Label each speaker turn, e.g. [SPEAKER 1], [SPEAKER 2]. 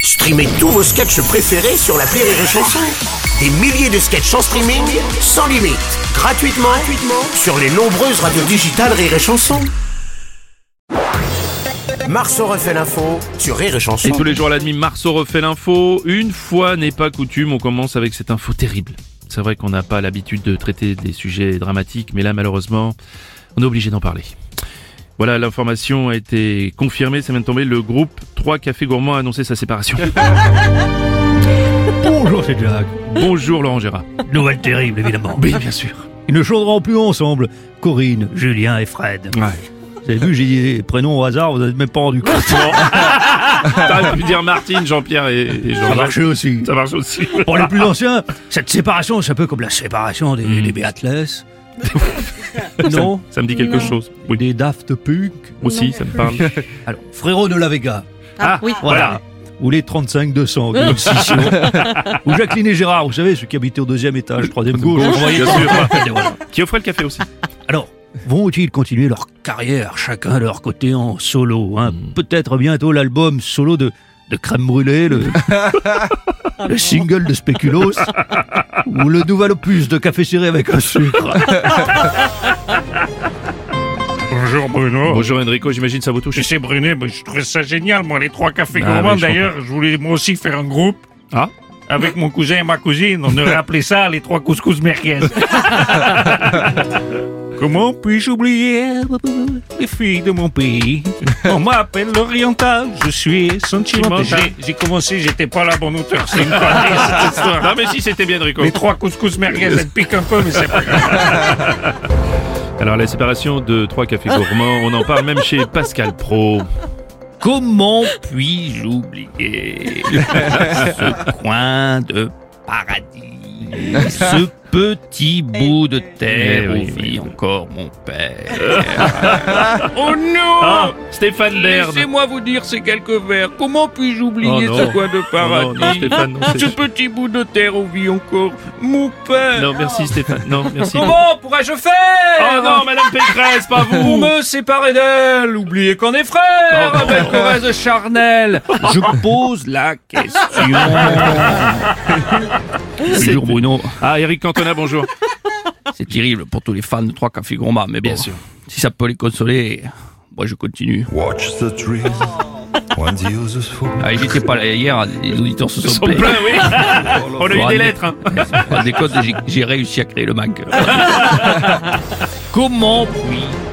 [SPEAKER 1] Streamez tous vos sketchs préférés sur la Rire et Chanson. Des milliers de sketchs en streaming, sans limite, gratuitement, gratuitement sur les nombreuses radios digitales Rire et Chanson. Marceau refait l'info sur Rire et Chanson.
[SPEAKER 2] Et tous les jours à la demi, Marceau refait l'info. Une fois n'est pas coutume, on commence avec cette info terrible. C'est vrai qu'on n'a pas l'habitude de traiter des sujets dramatiques, mais là malheureusement, on est obligé d'en parler. Voilà, l'information a été confirmée, ça vient de tomber, le groupe 3 Cafés Gourmands a annoncé sa séparation.
[SPEAKER 3] Bonjour, c'est Jack.
[SPEAKER 2] Bonjour Laurent Gérard.
[SPEAKER 3] Nouvelle terrible, évidemment.
[SPEAKER 2] Oui, bien sûr.
[SPEAKER 3] Ils ne chanteront plus ensemble. Corinne, Julien et Fred.
[SPEAKER 2] Ouais.
[SPEAKER 3] Vous avez vu, j'ai dit des prénoms au hasard, vous n'êtes même pas rendu compte.
[SPEAKER 2] T'aurais pu dire Martine, Jean-Pierre et, et
[SPEAKER 3] Ça Oh,
[SPEAKER 2] Jean-Jacques.
[SPEAKER 3] marchait aussi.
[SPEAKER 2] Ça marche aussi.
[SPEAKER 3] Pour les plus anciens, cette séparation, c'est un peu comme la séparation des, des Beatles. non
[SPEAKER 2] Ça me dit quelque chose. Oui,
[SPEAKER 3] Des Daft Punk.
[SPEAKER 2] aussi, ça me parle.
[SPEAKER 3] Alors, Frérot de la Vega.
[SPEAKER 2] Ah,
[SPEAKER 4] oui.
[SPEAKER 2] voilà.
[SPEAKER 3] Ou les 35-200, comme une scission. Ou Jacqueline et Gérard, vous savez, ceux qui habitaient au deuxième étage, troisième gauche.
[SPEAKER 2] Gauche, bien sûr.
[SPEAKER 3] Et voilà.
[SPEAKER 2] Qui offrait le café aussi.
[SPEAKER 3] Alors, vont-ils continuer leur carrière chacun de leur côté en solo hein Peut-être bientôt l'album solo de, de Crème Brûlée, le, le single de Spéculoos ou le nouvel opus de Café Serré avec un sucre.
[SPEAKER 5] Bonjour Bruno.
[SPEAKER 2] Bonjour Enrico, j'imagine ça vous touche.
[SPEAKER 5] C'est Brunet, ben, je trouvais ça génial, moi, les trois cafés
[SPEAKER 2] Ah
[SPEAKER 5] gourmands.
[SPEAKER 2] oui, je
[SPEAKER 5] D'ailleurs, je voulais moi aussi faire un groupe.
[SPEAKER 2] Ah.
[SPEAKER 5] Avec mon cousin et ma cousine, on aurait appelé ça les trois couscous merguez. Comment puis-je oublier les filles de mon pays On m'appelle l'Oriental, je suis sentimental.
[SPEAKER 2] Sentimental.
[SPEAKER 5] J'ai- J'ai commencé, j'étais pas la bonne hauteur, c'est une connerie cette histoire.
[SPEAKER 2] Non mais si c'était bien Enrico.
[SPEAKER 5] Les trois couscous merguez, elles piquent un peu, mais c'est pas grave.
[SPEAKER 2] Alors la séparation de trois cafés gourmands, on en parle même chez Pascal Pro.
[SPEAKER 3] Comment puis-je oublier ce coin de paradis, ce petit bout de
[SPEAKER 2] Eh
[SPEAKER 3] terre
[SPEAKER 2] oui,
[SPEAKER 3] où
[SPEAKER 2] oui,
[SPEAKER 3] vit encore mon père
[SPEAKER 6] Oh non
[SPEAKER 2] Ah, Stéphane Laird.
[SPEAKER 6] Laissez-moi vous dire ces quelques vers. Comment puis-je
[SPEAKER 2] Oh
[SPEAKER 6] oublier
[SPEAKER 2] non.
[SPEAKER 6] ce coin de Hein
[SPEAKER 2] Non,
[SPEAKER 6] paradis
[SPEAKER 2] non, Stéphane, non, c'est-
[SPEAKER 6] Ce petit bout de terre où vit encore mon père
[SPEAKER 2] Non merci Stéphane, non merci.
[SPEAKER 6] Comment pourrais-je
[SPEAKER 2] Oh
[SPEAKER 6] faire
[SPEAKER 2] non Madame Pécresse, pas
[SPEAKER 6] Pour
[SPEAKER 2] vous.
[SPEAKER 6] me séparer d'elle, oublier qu'on est frères
[SPEAKER 2] Oh non.
[SPEAKER 6] avec le reste charnel. Je pose la question.
[SPEAKER 2] Bonjour,
[SPEAKER 6] Bruno.
[SPEAKER 2] Ah Eric Cantona, bonjour.
[SPEAKER 6] C'est terrible pour tous les fans de Trois Cafés Gourmands, mais
[SPEAKER 2] Bien
[SPEAKER 6] bon,
[SPEAKER 2] sûr.
[SPEAKER 6] si ça peut les consoler, moi je continue.
[SPEAKER 7] Watch the dream when the others fall.
[SPEAKER 6] Ah, j'étais pas là hier, les auditeurs se sont,
[SPEAKER 2] Ils sont pleins, oui. On a eu des lettres. hein.
[SPEAKER 6] Des codes, j'ai- j'ai réussi à créer le manque. Comment puis-je